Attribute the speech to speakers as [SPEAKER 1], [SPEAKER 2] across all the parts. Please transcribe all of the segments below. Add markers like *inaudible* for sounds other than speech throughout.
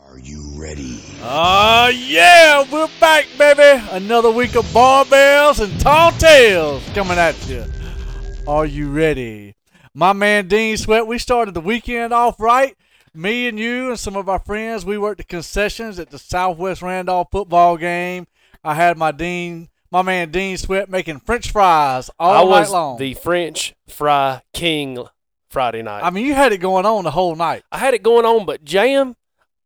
[SPEAKER 1] Are you ready?
[SPEAKER 2] Ah, yeah, we're back, baby. Another week of barbells and tall tales coming at you. Are you ready? My man Dean Sweat, we started the weekend off right. Me and you and some of our friends, we worked the concessions at the Southwest Randolph football game. I had my Dean, my man Dean Sweat making French fries
[SPEAKER 3] I
[SPEAKER 2] all night
[SPEAKER 3] was
[SPEAKER 2] long.
[SPEAKER 3] the French fry king Friday night.
[SPEAKER 2] I mean, you had it going on the whole night.
[SPEAKER 3] I had it going on, but jam,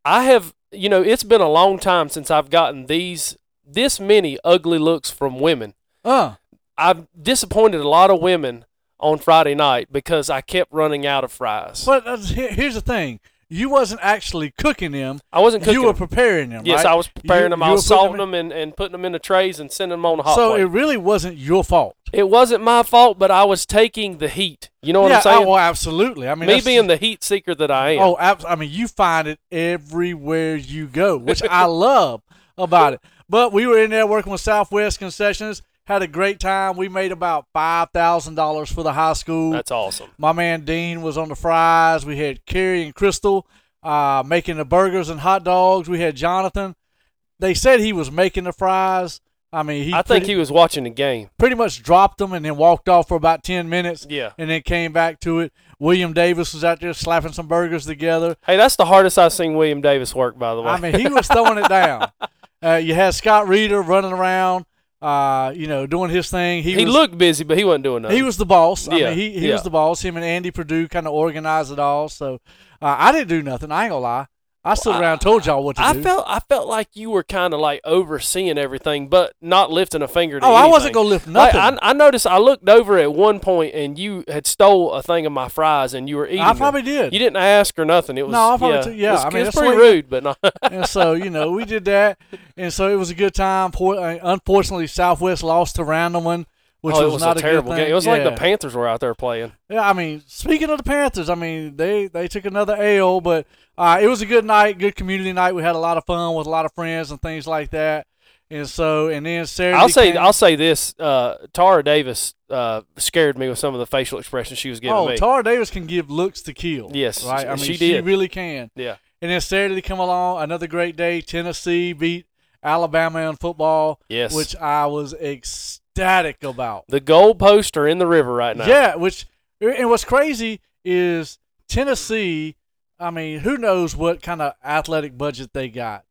[SPEAKER 3] I have you know it's been a long time since I've gotten these this many ugly looks from women.
[SPEAKER 2] Uh,
[SPEAKER 3] I've disappointed a lot of women on Friday night because I kept running out of fries.
[SPEAKER 2] but uh, here- here's the thing. You wasn't actually cooking them.
[SPEAKER 3] I wasn't cooking.
[SPEAKER 2] You were preparing them.
[SPEAKER 3] yes,
[SPEAKER 2] right?
[SPEAKER 3] I was preparing
[SPEAKER 2] You-
[SPEAKER 3] them.
[SPEAKER 2] you
[SPEAKER 3] I
[SPEAKER 2] were
[SPEAKER 3] was
[SPEAKER 2] putting
[SPEAKER 3] salting
[SPEAKER 2] in-
[SPEAKER 3] them, and, and putting them in the trays and sending them on the hot
[SPEAKER 2] so
[SPEAKER 3] plate.
[SPEAKER 2] it really wasn't your fault.
[SPEAKER 3] It wasn't my fault, but I was taking the heat. You know what
[SPEAKER 2] yeah,
[SPEAKER 3] I'm saying?
[SPEAKER 2] oh, well, absolutely. I mean,
[SPEAKER 3] Me
[SPEAKER 2] that's-
[SPEAKER 3] being the heat seeker that I am.
[SPEAKER 2] oh, abs- I mean, you find it everywhere you go, which
[SPEAKER 3] *laughs*
[SPEAKER 2] I love about it. But we were in there working with Southwest Concessions, had a great time. We made about five thousand dollars for the high school.
[SPEAKER 3] that's awesome.
[SPEAKER 2] My man Dean was on the fries. We had Kerry and Crystal uh, making the burgers and hot dogs. We had Jonathan. They said he was making the fries. I mean, he
[SPEAKER 3] I think
[SPEAKER 2] pretty-
[SPEAKER 3] he was watching the game.
[SPEAKER 2] pretty much dropped them and then walked off for about 10 minutes.
[SPEAKER 3] Yeah.
[SPEAKER 2] And then came back to it. William Davis was out there slapping some burgers together.
[SPEAKER 3] Hey, that's the hardest I've seen William Davis work, by the way.
[SPEAKER 2] I mean, he was throwing it
[SPEAKER 3] *laughs*
[SPEAKER 2] down. Uh, you had Scott Reeder running around, uh, you know, doing his thing. He,
[SPEAKER 3] he
[SPEAKER 2] was,
[SPEAKER 3] looked busy, but he wasn't doing nothing.
[SPEAKER 2] He was the boss. I
[SPEAKER 3] Yeah,
[SPEAKER 2] mean, he, he
[SPEAKER 3] yeah.
[SPEAKER 2] was the boss. Him and Andy Purdue kind of organized it all. So uh, I didn't do nothing. I ain't going to lie. I stood
[SPEAKER 3] Well,
[SPEAKER 2] around and told y'all what to
[SPEAKER 3] I
[SPEAKER 2] do.
[SPEAKER 3] felt I felt like you were kind of like overseeing everything, but not lifting a finger. To
[SPEAKER 2] oh, I wasn't
[SPEAKER 3] anything.
[SPEAKER 2] going to lift
[SPEAKER 3] Like,
[SPEAKER 2] nothing.
[SPEAKER 3] I, I noticed. I looked over at one point, and you had stole a thing of my fries, and you were eating.
[SPEAKER 2] I
[SPEAKER 3] them.
[SPEAKER 2] probably did.
[SPEAKER 3] You didn't ask or nothing. It was
[SPEAKER 2] No, I probably
[SPEAKER 3] yeah,
[SPEAKER 2] took- yeah,
[SPEAKER 3] It was,
[SPEAKER 2] I mean,
[SPEAKER 3] it was
[SPEAKER 2] that's
[SPEAKER 3] pretty
[SPEAKER 2] what you-
[SPEAKER 3] rude, but not. *laughs*
[SPEAKER 2] and so you know we did that, and so it was a good time. For, uh, unfortunately, Southwest lost to Randleman, *laughs* which
[SPEAKER 3] oh,
[SPEAKER 2] was,
[SPEAKER 3] it was
[SPEAKER 2] not
[SPEAKER 3] a
[SPEAKER 2] a,
[SPEAKER 3] terrible
[SPEAKER 2] good thing.
[SPEAKER 3] game. It was like
[SPEAKER 2] Yeah.
[SPEAKER 3] the Panthers were out there playing.
[SPEAKER 2] Yeah, I mean, speaking of the Panthers, I mean they they took another L, but uh, it was a good night, good community night. We had a lot of fun with a lot of friends and things like that, and so and then Saturday.
[SPEAKER 3] I'll say
[SPEAKER 2] came-
[SPEAKER 3] I'll say this: uh, Tara Davis uh, scared me with some of the facial expressions she was giving
[SPEAKER 2] oh,
[SPEAKER 3] me.
[SPEAKER 2] Tara Davis can give looks to kill.
[SPEAKER 3] Yes,
[SPEAKER 2] right. I mean,
[SPEAKER 3] she
[SPEAKER 2] she,
[SPEAKER 3] did.
[SPEAKER 2] really can.
[SPEAKER 3] yeah,
[SPEAKER 2] And then Saturday come along, another great day. Tennessee beat Alabama in football,
[SPEAKER 3] yes.
[SPEAKER 2] which I was ecstatic about.
[SPEAKER 3] the goalposts are in the river right now.
[SPEAKER 2] Yeah, which and what's crazy is Tennessee. I mean, who knows what kind of athletic budget they got?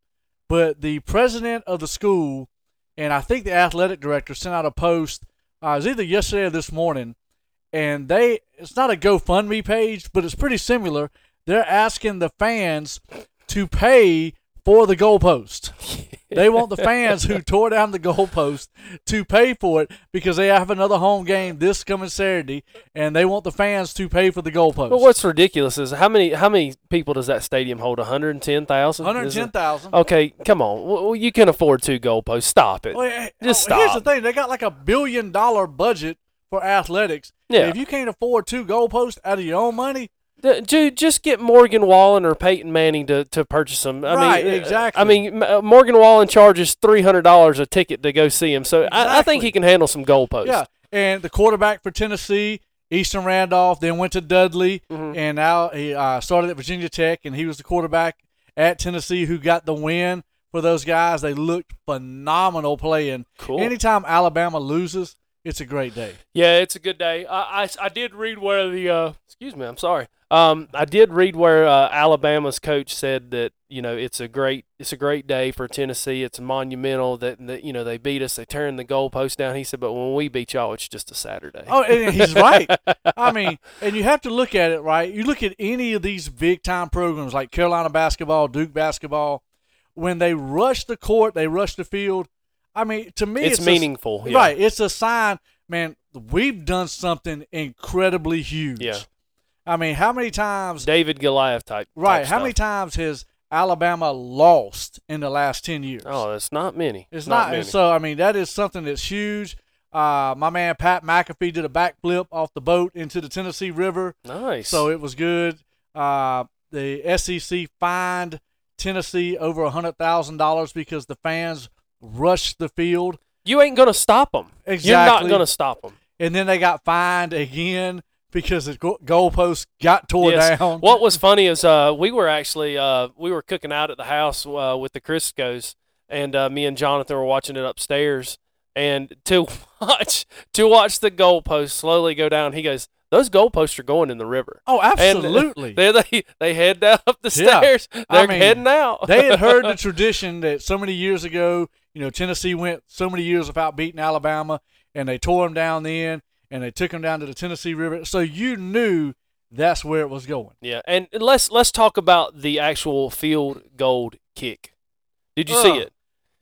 [SPEAKER 2] But the president of the school and I think the athletic director sent out a post. Uh, it was either yesterday or this morning, and they it's not a GoFundMe page, but it's pretty similar. They're asking the fans to pay for the
[SPEAKER 3] *laughs*
[SPEAKER 2] goalpost. They want the fans who tore down the goalpost to pay for it because they have another home game this coming Saturday, and they want the fans to pay for the goalpost.
[SPEAKER 3] But what's ridiculous is how many how many people does that stadium hold? One hundred ten thousand.
[SPEAKER 2] One hundred ten thousand.
[SPEAKER 3] Okay, come on. Well, you can afford two goalposts. Stop
[SPEAKER 2] Oh,
[SPEAKER 3] it. just
[SPEAKER 2] eh, Here's the
[SPEAKER 3] stop.
[SPEAKER 2] thing: they got like a billion dollar budget for athletics.
[SPEAKER 3] Yeah.
[SPEAKER 2] If you can't afford two goalposts out of your own money,
[SPEAKER 3] Th- Dude, just get Morgan Wallen or Peyton Manning to, to purchase them. I
[SPEAKER 2] Right,
[SPEAKER 3] mean, uh,
[SPEAKER 2] exactly.
[SPEAKER 3] I mean, M- uh, Morgan Wallen charges three hundred dollars a ticket to go see him, so I, I think
[SPEAKER 2] Exactly.
[SPEAKER 3] he can handle some goalposts.
[SPEAKER 2] yeah. And the quarterback for Tennessee, Easton Randolph, then went to Dudley,
[SPEAKER 3] Mhm.
[SPEAKER 2] and now he uh, started at Virginia Tech, and he was the quarterback at Tennessee who got the win for those guys. They looked phenomenal playing.
[SPEAKER 3] Cool.
[SPEAKER 2] Anytime Alabama loses, it's a great day.
[SPEAKER 3] Yeah, it's a good day. I, I, I did read where the uh, excuse me, I'm sorry. Um, I did read where uh, Alabama's coach said that you know it's a great it's a great day for Tennessee. It's monumental that, that you know they beat us. They turned the goalpost down. He said, but when we beat y'all, it's just a Saturday.
[SPEAKER 2] Oh, and he's right.
[SPEAKER 3] *laughs*
[SPEAKER 2] I mean, and you have to look at it right. You look at any of these big time programs like Carolina basketball, Duke basketball, when they rush the court, they rush the field. I mean, to me,
[SPEAKER 3] it's,
[SPEAKER 2] it's, a-
[SPEAKER 3] meaningful, yeah.
[SPEAKER 2] Right. It's a sign, man, we've done something incredibly huge.
[SPEAKER 3] Yeah.
[SPEAKER 2] I mean, how many times,
[SPEAKER 3] David Goliath type.
[SPEAKER 2] right?
[SPEAKER 3] type
[SPEAKER 2] How many
[SPEAKER 3] stuff.
[SPEAKER 2] times has Alabama lost in the last 10 years?
[SPEAKER 3] Oh, it's not many.
[SPEAKER 2] It's not.
[SPEAKER 3] many.
[SPEAKER 2] and so, I mean, that is something that's huge. Uh, my man Pat McAfee did a backflip off the boat into the Tennessee River,
[SPEAKER 3] nice.
[SPEAKER 2] so it was good. Uh, the SEC fined Tennessee over hundred thousand dollars because the fans rushed the field,
[SPEAKER 3] you ain't gonna stop them. You're
[SPEAKER 2] Exactly.
[SPEAKER 3] not gonna stop them.
[SPEAKER 2] and then they got fined again because the go- goalpost got tore
[SPEAKER 3] Yes.
[SPEAKER 2] down.
[SPEAKER 3] What was funny is uh, we were actually uh, we were cooking out at the house uh, with the Criscos, and uh, me and Jonathan were watching it upstairs. And to *laughs* watch to watch the goalposts slowly go down, he goes, "Those goalposts are going in the river."
[SPEAKER 2] Oh, absolutely.
[SPEAKER 3] There *laughs* they they head down up the
[SPEAKER 2] Yeah.
[SPEAKER 3] stairs. They're
[SPEAKER 2] I mean,
[SPEAKER 3] heading
[SPEAKER 2] *laughs*
[SPEAKER 3] out.
[SPEAKER 2] they had heard the tradition that so many years ago, you know, Tennessee went so many years without beating Alabama, and they tore them down then, and they took them down to the Tennessee River. So you knew that's where it was going.
[SPEAKER 3] *laughs* yeah, and let's let's talk about the actual field goal kick. Did you see
[SPEAKER 2] Ugh.
[SPEAKER 3] it?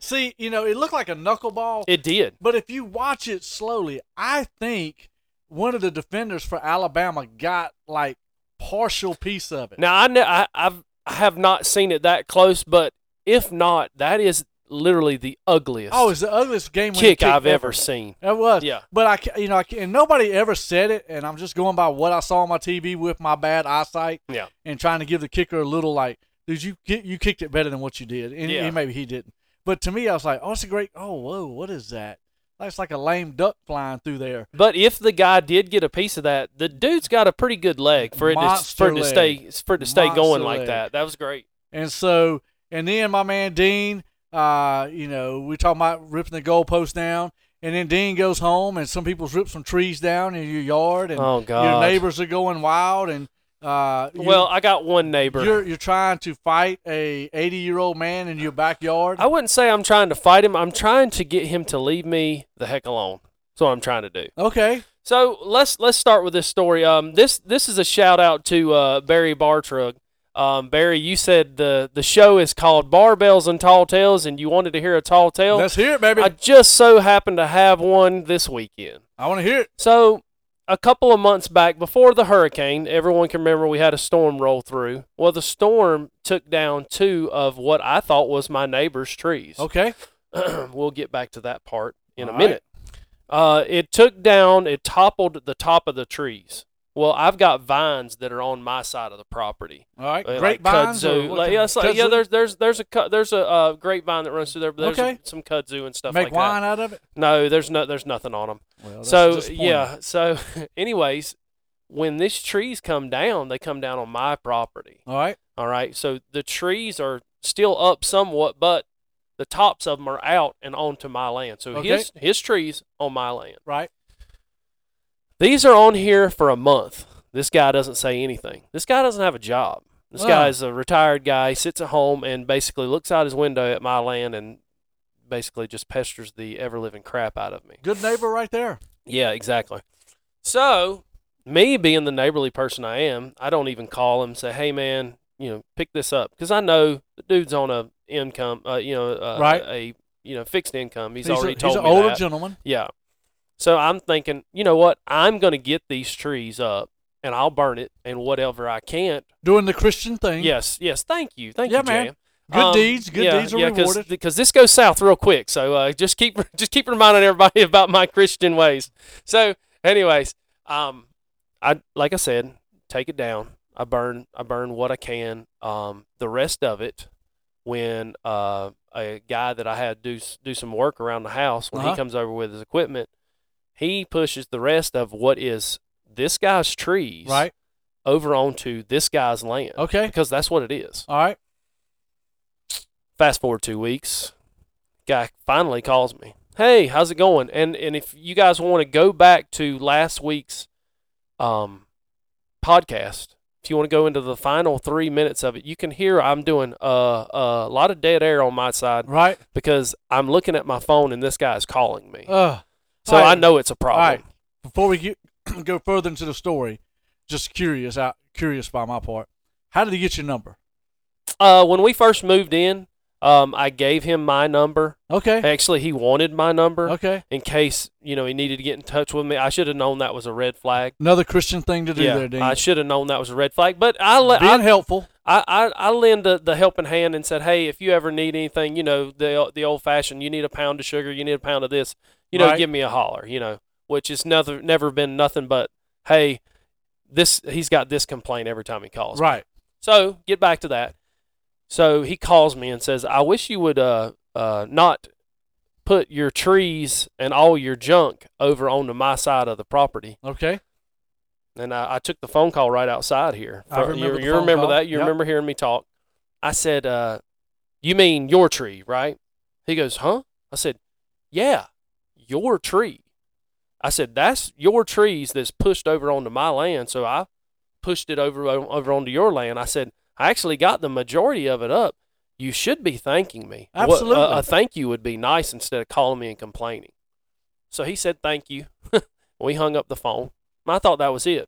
[SPEAKER 2] See, you know, it looked like a knuckleball,
[SPEAKER 3] It did.
[SPEAKER 2] but if you watch it slowly, I think one of the defenders for Alabama got like partial piece of it.
[SPEAKER 3] Now I know I, I've I have not seen it that close, but if not, that is literally the ugliest
[SPEAKER 2] oh, it's the ugliest game winning
[SPEAKER 3] kick I've ever seen.
[SPEAKER 2] That was.
[SPEAKER 3] Yeah.
[SPEAKER 2] But I, ca- you know, I, ca- and nobody ever said it, and I'm just going by what I saw on my TV with my bad eyesight.
[SPEAKER 3] Yeah.
[SPEAKER 2] And trying to give the kicker a little like, dude, you ki- you kicked it better than what you did, and,
[SPEAKER 3] Yeah.
[SPEAKER 2] and maybe he didn't. But to me, I was like, oh, it's a great. Oh, whoa, what is that? That's like a lame duck flying through there.
[SPEAKER 3] But if the guy did get a piece of that, the dude's got a pretty good leg for it to,
[SPEAKER 2] Monster
[SPEAKER 3] for it to
[SPEAKER 2] leg.
[SPEAKER 3] stay for it to stay
[SPEAKER 2] Monster
[SPEAKER 3] going like
[SPEAKER 2] leg.
[SPEAKER 3] that. That was great.
[SPEAKER 2] And so, and then my man Dean, uh, you know, we talking about ripping the goalpost down, and then Dean goes home, and some people's ripped some trees down in your yard, and
[SPEAKER 3] Oh
[SPEAKER 2] your
[SPEAKER 3] god.
[SPEAKER 2] neighbors are going wild, and uh, you-
[SPEAKER 3] well, I got one neighbor.
[SPEAKER 2] You're you're trying to fight a 80 year old man in your backyard.
[SPEAKER 3] I wouldn't say I'm trying to fight him. I'm trying to get him to leave me the heck alone. That's what I'm trying to do.
[SPEAKER 2] Okay,
[SPEAKER 3] So let's let's start with this story. Um, this this is a shout out to uh, Barry Bartrug. Um, Barry, you said the the show is called Barbells and Tall Tales, and you wanted to hear a tall tale.
[SPEAKER 2] let's hear it, baby.
[SPEAKER 3] I
[SPEAKER 2] I,
[SPEAKER 3] just so happened to have one this weekend.
[SPEAKER 2] want to hear it.
[SPEAKER 3] So a couple of months back, before the hurricane, everyone can remember we had a storm roll through. Well, the storm took down two of what I thought was my neighbor's trees.
[SPEAKER 2] Okay,
[SPEAKER 3] *clears throat* we'll get back to that part in a
[SPEAKER 2] All right.
[SPEAKER 3] minute. Uh, it took down, it toppled the top of the trees. Well, I've got vines that are on my side of the property.
[SPEAKER 2] all right.
[SPEAKER 3] Uh,
[SPEAKER 2] Great
[SPEAKER 3] like
[SPEAKER 2] vines.
[SPEAKER 3] kudzu.
[SPEAKER 2] or what
[SPEAKER 3] Like,
[SPEAKER 2] kind
[SPEAKER 3] yeah,
[SPEAKER 2] of-
[SPEAKER 3] it's like- yeah,
[SPEAKER 2] kudzu?
[SPEAKER 3] there's there's there's a cu- there's a uh, grapevine that runs through there, but there's
[SPEAKER 2] Okay.
[SPEAKER 3] some kudzu and stuff
[SPEAKER 2] make
[SPEAKER 3] like
[SPEAKER 2] wine
[SPEAKER 3] that.
[SPEAKER 2] out of it.
[SPEAKER 3] No, there's no there's nothing on them.
[SPEAKER 2] Well, that's
[SPEAKER 3] so
[SPEAKER 2] disappointing.
[SPEAKER 3] yeah, so *laughs* anyways, when these trees come down, they come down on my property.
[SPEAKER 2] All right.
[SPEAKER 3] All right. So the trees are still up somewhat, but the tops of them are out and onto my land. So
[SPEAKER 2] Okay.
[SPEAKER 3] his his trees on my land.
[SPEAKER 2] Right.
[SPEAKER 3] These are on here for a month. This guy doesn't say anything. This guy doesn't have a job. This
[SPEAKER 2] Wow.
[SPEAKER 3] guy is a retired guy. He sits at home and basically looks out his window at my land and basically just pesters the ever living crap out of me.
[SPEAKER 2] Good neighbor right there.
[SPEAKER 3] Yeah, exactly. So, me being the neighborly person I am, I don't even call him say, "Hey, man, you know, pick this up," because I know the dude's on a income, uh, you know, uh,
[SPEAKER 2] Right.
[SPEAKER 3] a you know fixed income. He's,
[SPEAKER 2] a-
[SPEAKER 3] already told
[SPEAKER 2] He's an
[SPEAKER 3] me
[SPEAKER 2] older
[SPEAKER 3] that.
[SPEAKER 2] gentleman.
[SPEAKER 3] yeah. So I'm thinking, you know what? I'm gonna get these trees up, and I'll burn it, and whatever I can't.
[SPEAKER 2] Doing the Christian thing.
[SPEAKER 3] Yes, yes. Thank you, thank
[SPEAKER 2] Yeah,
[SPEAKER 3] you,
[SPEAKER 2] man.
[SPEAKER 3] Jam.
[SPEAKER 2] Good
[SPEAKER 3] Um,
[SPEAKER 2] deeds. Good
[SPEAKER 3] yeah,
[SPEAKER 2] deeds are
[SPEAKER 3] yeah,
[SPEAKER 2] rewarded.
[SPEAKER 3] because this goes south real quick. So uh, just keep *laughs* just keep reminding everybody *laughs* about my Christian ways. So, anyways, um, I like I said, take it down. I burn I burn what I can. Um, the rest of it, when uh, a guy that I had do s- do some work around the house when
[SPEAKER 2] Uh-huh.
[SPEAKER 3] he comes over with his equipment, he pushes the rest of what is this guy's trees
[SPEAKER 2] Right.
[SPEAKER 3] over onto this guy's land
[SPEAKER 2] Okay.
[SPEAKER 3] because that's what it is.
[SPEAKER 2] All right.
[SPEAKER 3] Fast forward two weeks, guy finally calls me. Hey, how's it going? And and if you guys want to go back to last week's um, podcast, if you want to go into the final three minutes of it, you can hear I'm doing a, a lot of dead air on my side
[SPEAKER 2] Right.
[SPEAKER 3] because I'm looking at my phone and this guy's calling me.
[SPEAKER 2] Uh,
[SPEAKER 3] so
[SPEAKER 2] all
[SPEAKER 3] I
[SPEAKER 2] right.
[SPEAKER 3] know it's a
[SPEAKER 2] All
[SPEAKER 3] problem.
[SPEAKER 2] right. Before we get, *clears throat* go further into the story, just curious out curious by my part. How did he get your number?
[SPEAKER 3] Uh, when we first moved in, um, I gave him my number.
[SPEAKER 2] Okay.
[SPEAKER 3] Actually, he wanted my number
[SPEAKER 2] Okay.
[SPEAKER 3] in case you know he needed to get in touch with me. I should have known that was a red flag.
[SPEAKER 2] Another Christian thing to do there, Dean.
[SPEAKER 3] I should have known that was a red flag. But I, le-
[SPEAKER 2] Being
[SPEAKER 3] I,
[SPEAKER 2] helpful.
[SPEAKER 3] I, I, I lend the, the helping hand and said, hey, if you ever need anything, you know, the the old fashioned, you need a pound of sugar, you need a pound of this, you know,
[SPEAKER 2] Right.
[SPEAKER 3] give me a holler, you know, which is never never been nothing but, hey, this he's got this complaint every time he calls.
[SPEAKER 2] Right.
[SPEAKER 3] So get back to that. So he calls me and says, "I wish you would uh, uh, not put your trees and all your junk over onto my side of the property."
[SPEAKER 2] Okay.
[SPEAKER 3] and I, I took the phone call right outside here.
[SPEAKER 2] I
[SPEAKER 3] For- you-
[SPEAKER 2] remember the
[SPEAKER 3] you
[SPEAKER 2] phone
[SPEAKER 3] remember
[SPEAKER 2] call.
[SPEAKER 3] that? You
[SPEAKER 2] Yep.
[SPEAKER 3] remember hearing me talk? I said, uh, "You mean your tree, right?" He goes, "Huh?" I said, "Yeah, your tree." I said, "That's your trees that's pushed over onto my land." So I pushed it over o- over onto your land. I said, "I actually got the majority of it up. You should be thanking me. What- a-
[SPEAKER 2] Absolutely.
[SPEAKER 3] a thank you would be nice instead of calling me and complaining." So he said, "Thank you." we hung up the phone. I thought that was it.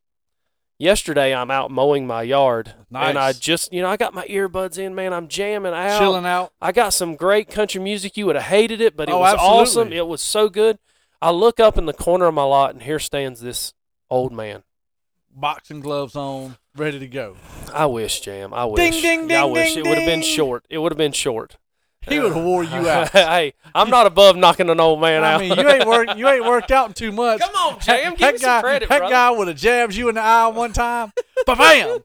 [SPEAKER 3] Yesterday, I'm out mowing my yard, and I
[SPEAKER 2] Nice.
[SPEAKER 3] just, you know, I got my earbuds in, man. I'm jamming out.
[SPEAKER 2] Chilling out.
[SPEAKER 3] I got some great country music. You would have hated it, but it
[SPEAKER 2] Oh,
[SPEAKER 3] was
[SPEAKER 2] absolutely.
[SPEAKER 3] awesome. It was so good. I look up in the corner of my lot, and here stands this old man.
[SPEAKER 2] Boxing gloves on, ready to go.
[SPEAKER 3] I wish, Jam. I wish.
[SPEAKER 2] Ding, ding,
[SPEAKER 3] I
[SPEAKER 2] ding,
[SPEAKER 3] wish
[SPEAKER 2] ding,
[SPEAKER 3] it would have been
[SPEAKER 2] ding.
[SPEAKER 3] short. It would have been short.
[SPEAKER 2] He would have wore
[SPEAKER 3] *laughs*
[SPEAKER 2] you out.
[SPEAKER 3] hey, I'm not above knocking an old man
[SPEAKER 2] I
[SPEAKER 3] out.
[SPEAKER 2] mean, you ain't worked you ain't worked out in two months.
[SPEAKER 3] Come on, Jam. Give
[SPEAKER 2] that
[SPEAKER 3] me
[SPEAKER 2] guy,
[SPEAKER 3] some credit,
[SPEAKER 2] that
[SPEAKER 3] brother.
[SPEAKER 2] guy would have jabbed you in the eye one time. Ba
[SPEAKER 3] *laughs*
[SPEAKER 2] bam!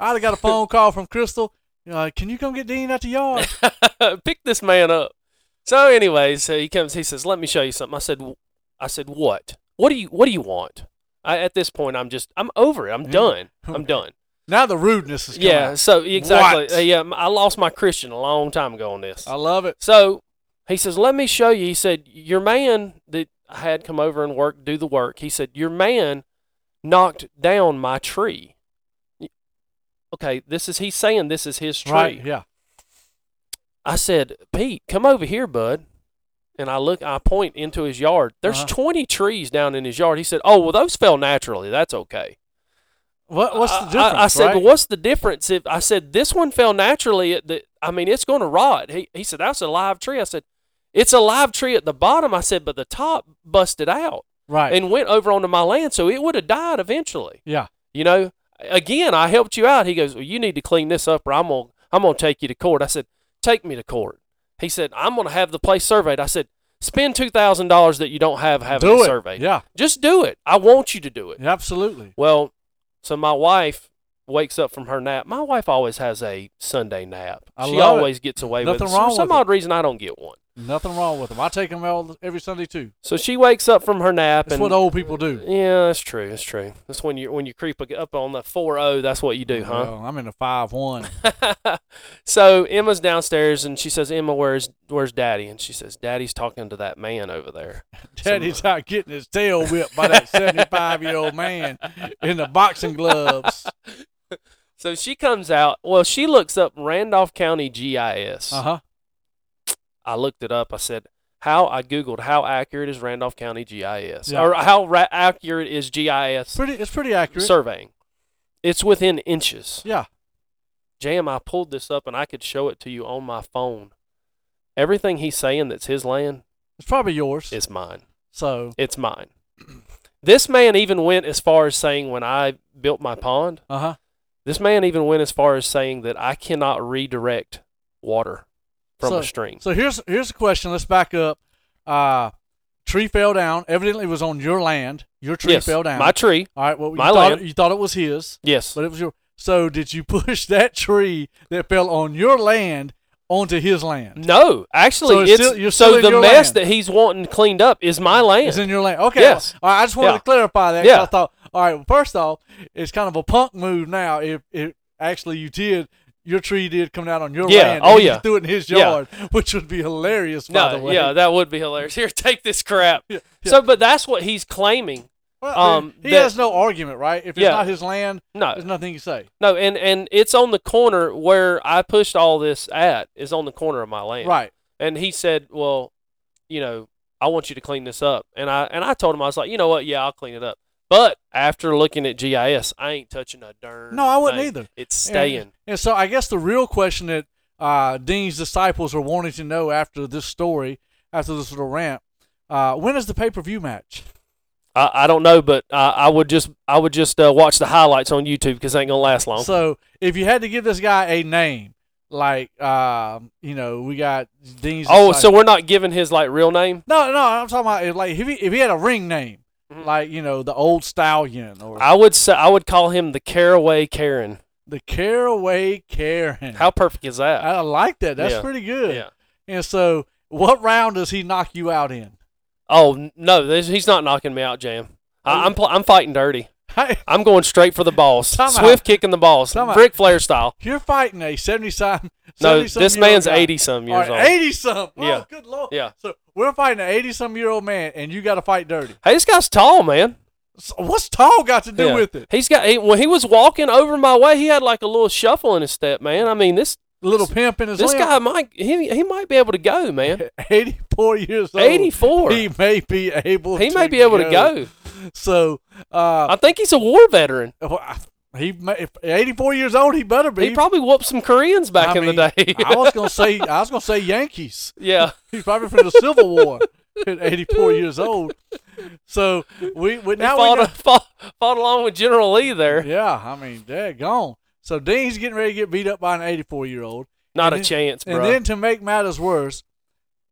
[SPEAKER 2] I'd have got a phone call from Crystal. You know, like, can you come get Dean at the yard?
[SPEAKER 3] *laughs* pick this man up. So, anyways, so he comes. He says, "Let me show you something." I said, "W- "I said what? What do you What do you want?" I, at this point, I'm just I'm over it. I'm
[SPEAKER 2] Yeah.
[SPEAKER 3] done. I'm done.
[SPEAKER 2] Now the rudeness Hmm. is coming.
[SPEAKER 3] Yeah.
[SPEAKER 2] out.
[SPEAKER 3] So exactly.
[SPEAKER 2] What?
[SPEAKER 3] uh, yeah. I lost my Christian a long time ago on this.
[SPEAKER 2] I love it.
[SPEAKER 3] So he says, "Let me show you." He said, "Your man that I had come over and work do the work." He said, "Your man knocked down my tree." Okay, this is he's saying this is his tree.
[SPEAKER 2] Right? Yeah.
[SPEAKER 3] I said, Pete, come over here, bud. And I look, I point into his yard. There's
[SPEAKER 2] Uh-huh.
[SPEAKER 3] 20 trees down in his yard. He said, Oh, well, those fell naturally. That's okay.
[SPEAKER 2] What What's the
[SPEAKER 3] I-
[SPEAKER 2] difference?
[SPEAKER 3] I, I said,
[SPEAKER 2] right?
[SPEAKER 3] Well, what's the difference if I said, This one fell naturally. At the, I mean, it's going to rot. He, he said, That's a live tree. I said, It's a live tree at the bottom. I said, But the top busted out
[SPEAKER 2] Right.
[SPEAKER 3] and went over onto my land. So it would have died eventually.
[SPEAKER 2] yeah.
[SPEAKER 3] You know, again, I helped you out. He goes, Well, you need to clean this up or I'm going to I'm gonna take you to court. I said, Take me to court. He said, I'm going to have the place surveyed. I said, Spend $2,000 that you don't have having
[SPEAKER 2] Do
[SPEAKER 3] it
[SPEAKER 2] it.
[SPEAKER 3] surveyed.
[SPEAKER 2] Yeah.
[SPEAKER 3] Just do it. I want you to do it.
[SPEAKER 2] Yeah, Absolutely.
[SPEAKER 3] Well, so my wife wakes up from her nap. My wife always has a Sunday nap.
[SPEAKER 2] I
[SPEAKER 3] she
[SPEAKER 2] love it.
[SPEAKER 3] always gets away
[SPEAKER 2] Nothing
[SPEAKER 3] with it.
[SPEAKER 2] wrong
[SPEAKER 3] For some
[SPEAKER 2] with it.
[SPEAKER 3] odd reason, I don't get one.
[SPEAKER 2] Nothing wrong with them. I take them all every Sunday too.
[SPEAKER 3] So she wakes up from her nap
[SPEAKER 2] That's
[SPEAKER 3] and
[SPEAKER 2] what old people do.
[SPEAKER 3] yeah, that's true. That's true. That's when you when you creep up on the four zero. That's what you do, huh?
[SPEAKER 2] Well, I'm in a five
[SPEAKER 3] *laughs*
[SPEAKER 2] one.
[SPEAKER 3] so Emma's downstairs and she says, Emma, where's where's daddy? And she says, Daddy's talking to that man over there.
[SPEAKER 2] Daddy's out getting his tail whipped by that 75 year old man in the boxing
[SPEAKER 3] *laughs*
[SPEAKER 2] gloves.
[SPEAKER 3] So she comes out. Well, she looks up Randolph County GIS.
[SPEAKER 2] Uh huh.
[SPEAKER 3] I looked it up. I said, how I Googled how accurate is Randolph County GIS
[SPEAKER 2] Yeah.
[SPEAKER 3] or how ra- accurate is GIS
[SPEAKER 2] Pretty. It's pretty accurate.
[SPEAKER 3] surveying? It's within inches.
[SPEAKER 2] Yeah.
[SPEAKER 3] Jam, I pulled this up and I could show it to you on my phone. Everything he's saying that's his land
[SPEAKER 2] It's probably yours.
[SPEAKER 3] is mine.
[SPEAKER 2] so.
[SPEAKER 3] It's mine. This man even went as far as saying when I built my pond,
[SPEAKER 2] Uh huh.
[SPEAKER 3] this man even went as far as saying that I cannot redirect water from a stream.
[SPEAKER 2] So here's here's a question. Let's back up. Uh, tree fell down. Evidently, it was on your land. Your tree
[SPEAKER 3] Yes,
[SPEAKER 2] fell down.
[SPEAKER 3] My tree.
[SPEAKER 2] All right. Well, you
[SPEAKER 3] my
[SPEAKER 2] thought
[SPEAKER 3] land.
[SPEAKER 2] you thought it was his,
[SPEAKER 3] Yes.
[SPEAKER 2] but it was your. So did you push that tree that fell on your land onto his land?
[SPEAKER 3] No, actually,
[SPEAKER 2] So it's
[SPEAKER 3] it's,
[SPEAKER 2] still- you're
[SPEAKER 3] so
[SPEAKER 2] still in
[SPEAKER 3] the
[SPEAKER 2] your
[SPEAKER 3] mess
[SPEAKER 2] land.
[SPEAKER 3] that he's wanting cleaned up is my land.
[SPEAKER 2] It's in your land. Okay.
[SPEAKER 3] Yes.
[SPEAKER 2] well, all right, I just wanted
[SPEAKER 3] Yeah.
[SPEAKER 2] to clarify that. 'cause
[SPEAKER 3] Yeah.
[SPEAKER 2] I thought, all right, well, first off, it's kind of a punk move now. If if actually you did, your tree did come down on your
[SPEAKER 3] Yeah,
[SPEAKER 2] land.
[SPEAKER 3] oh,
[SPEAKER 2] and you
[SPEAKER 3] yeah.
[SPEAKER 2] threw it in his
[SPEAKER 3] Yeah.
[SPEAKER 2] yard, which would be hilarious. by the
[SPEAKER 3] no,
[SPEAKER 2] way.
[SPEAKER 3] yeah, that would be hilarious. *laughs* Here, take this crap.
[SPEAKER 2] *laughs* Yeah,
[SPEAKER 3] So, but that's what he's claiming.
[SPEAKER 2] Well,
[SPEAKER 3] um,
[SPEAKER 2] he
[SPEAKER 3] that-
[SPEAKER 2] has no argument, right? If it's
[SPEAKER 3] Yeah.
[SPEAKER 2] not his land,
[SPEAKER 3] No,
[SPEAKER 2] there's nothing you say.
[SPEAKER 3] no, and and it's on the corner where I pushed all this at is on the corner of my land.
[SPEAKER 2] Right.
[SPEAKER 3] and he said, "Well, you know, I want you to clean this up." And I and I told him I was like, "You know what? Yeah, I'll clean it up." But after looking at GIS, I ain't touching a darn.
[SPEAKER 2] No, I wouldn't
[SPEAKER 3] thing.
[SPEAKER 2] either.
[SPEAKER 3] It's
[SPEAKER 2] And-
[SPEAKER 3] staying.
[SPEAKER 2] And, so I guess the real question that uh, Dean's disciples are wanting to know after this story, after this little rant, uh, when is the pay per view match?
[SPEAKER 3] I, I don't know, but I, I would just I would just uh, watch the highlights on YouTube because ain't gonna last long.
[SPEAKER 2] So if you had to give this guy a name, like um, you know, we got Dean's.
[SPEAKER 3] oh,
[SPEAKER 2] disciple-
[SPEAKER 3] so we're not giving his like real name.
[SPEAKER 2] no, no, I'm talking about if, like if he if he had a ring name,
[SPEAKER 3] Mhm.
[SPEAKER 2] like you know, the old stallion or
[SPEAKER 3] I would say I would call him the Caraway Karen.
[SPEAKER 2] the Caraway Karen.
[SPEAKER 3] How perfect is that?
[SPEAKER 2] I like that. That's
[SPEAKER 3] Yeah.
[SPEAKER 2] pretty good.
[SPEAKER 3] Yeah.
[SPEAKER 2] And so, what round does he knock you out in? *laughs*
[SPEAKER 3] Oh n- no, this, he's not knocking me out, Jam. I, I'm pl- I'm fighting dirty.
[SPEAKER 2] Hey,
[SPEAKER 3] I'm going straight for the balls.
[SPEAKER 2] Time
[SPEAKER 3] Swift
[SPEAKER 2] out.
[SPEAKER 3] kicking the balls.
[SPEAKER 2] Time out.
[SPEAKER 3] Ric Flair style.
[SPEAKER 2] you're fighting a 70 some.
[SPEAKER 3] *laughs* No,
[SPEAKER 2] 70-some
[SPEAKER 3] this
[SPEAKER 2] year old
[SPEAKER 3] man's
[SPEAKER 2] guy.
[SPEAKER 3] 80 some
[SPEAKER 2] All
[SPEAKER 3] years
[SPEAKER 2] right,
[SPEAKER 3] old.
[SPEAKER 2] 80 some. Oh,
[SPEAKER 3] Yeah.
[SPEAKER 2] good lord.
[SPEAKER 3] Yeah.
[SPEAKER 2] So we're fighting an 80 some year old man, and you got to fight dirty.
[SPEAKER 3] Hey, this guy's tall, man.
[SPEAKER 2] So what's tall got to do
[SPEAKER 3] Yeah.
[SPEAKER 2] with it?
[SPEAKER 3] He's got he, when he was walking over my way, he had like a little shuffle in his step, man. I mean, this
[SPEAKER 2] Little pimp in his
[SPEAKER 3] this
[SPEAKER 2] limp. *laughs*
[SPEAKER 3] guy might he he might be able to go, man.
[SPEAKER 2] 84 years old.
[SPEAKER 3] 84.
[SPEAKER 2] He may be able
[SPEAKER 3] He
[SPEAKER 2] to
[SPEAKER 3] may be able to go.
[SPEAKER 2] So, uh,
[SPEAKER 3] I think he's a war veteran.
[SPEAKER 2] he may, if 84 years old, he better be.
[SPEAKER 3] He probably whooped some Koreans back
[SPEAKER 2] I
[SPEAKER 3] in the
[SPEAKER 2] mean,
[SPEAKER 3] day.
[SPEAKER 2] I was gonna say I was gonna say Yankees.
[SPEAKER 3] *laughs* yeah.
[SPEAKER 2] He's probably from the Civil War at 84 years old. So we, we
[SPEAKER 3] He
[SPEAKER 2] *laughs* now we
[SPEAKER 3] fought,
[SPEAKER 2] know-
[SPEAKER 3] *laughs* fought, fought along with General Lee there.
[SPEAKER 2] *laughs* yeah, I mean, dead gone. So Dean's getting ready to get beat up by an 84 year old,
[SPEAKER 3] Not
[SPEAKER 2] And
[SPEAKER 3] a
[SPEAKER 2] then-
[SPEAKER 3] chance,
[SPEAKER 2] and
[SPEAKER 3] bro.
[SPEAKER 2] then to make matters worse,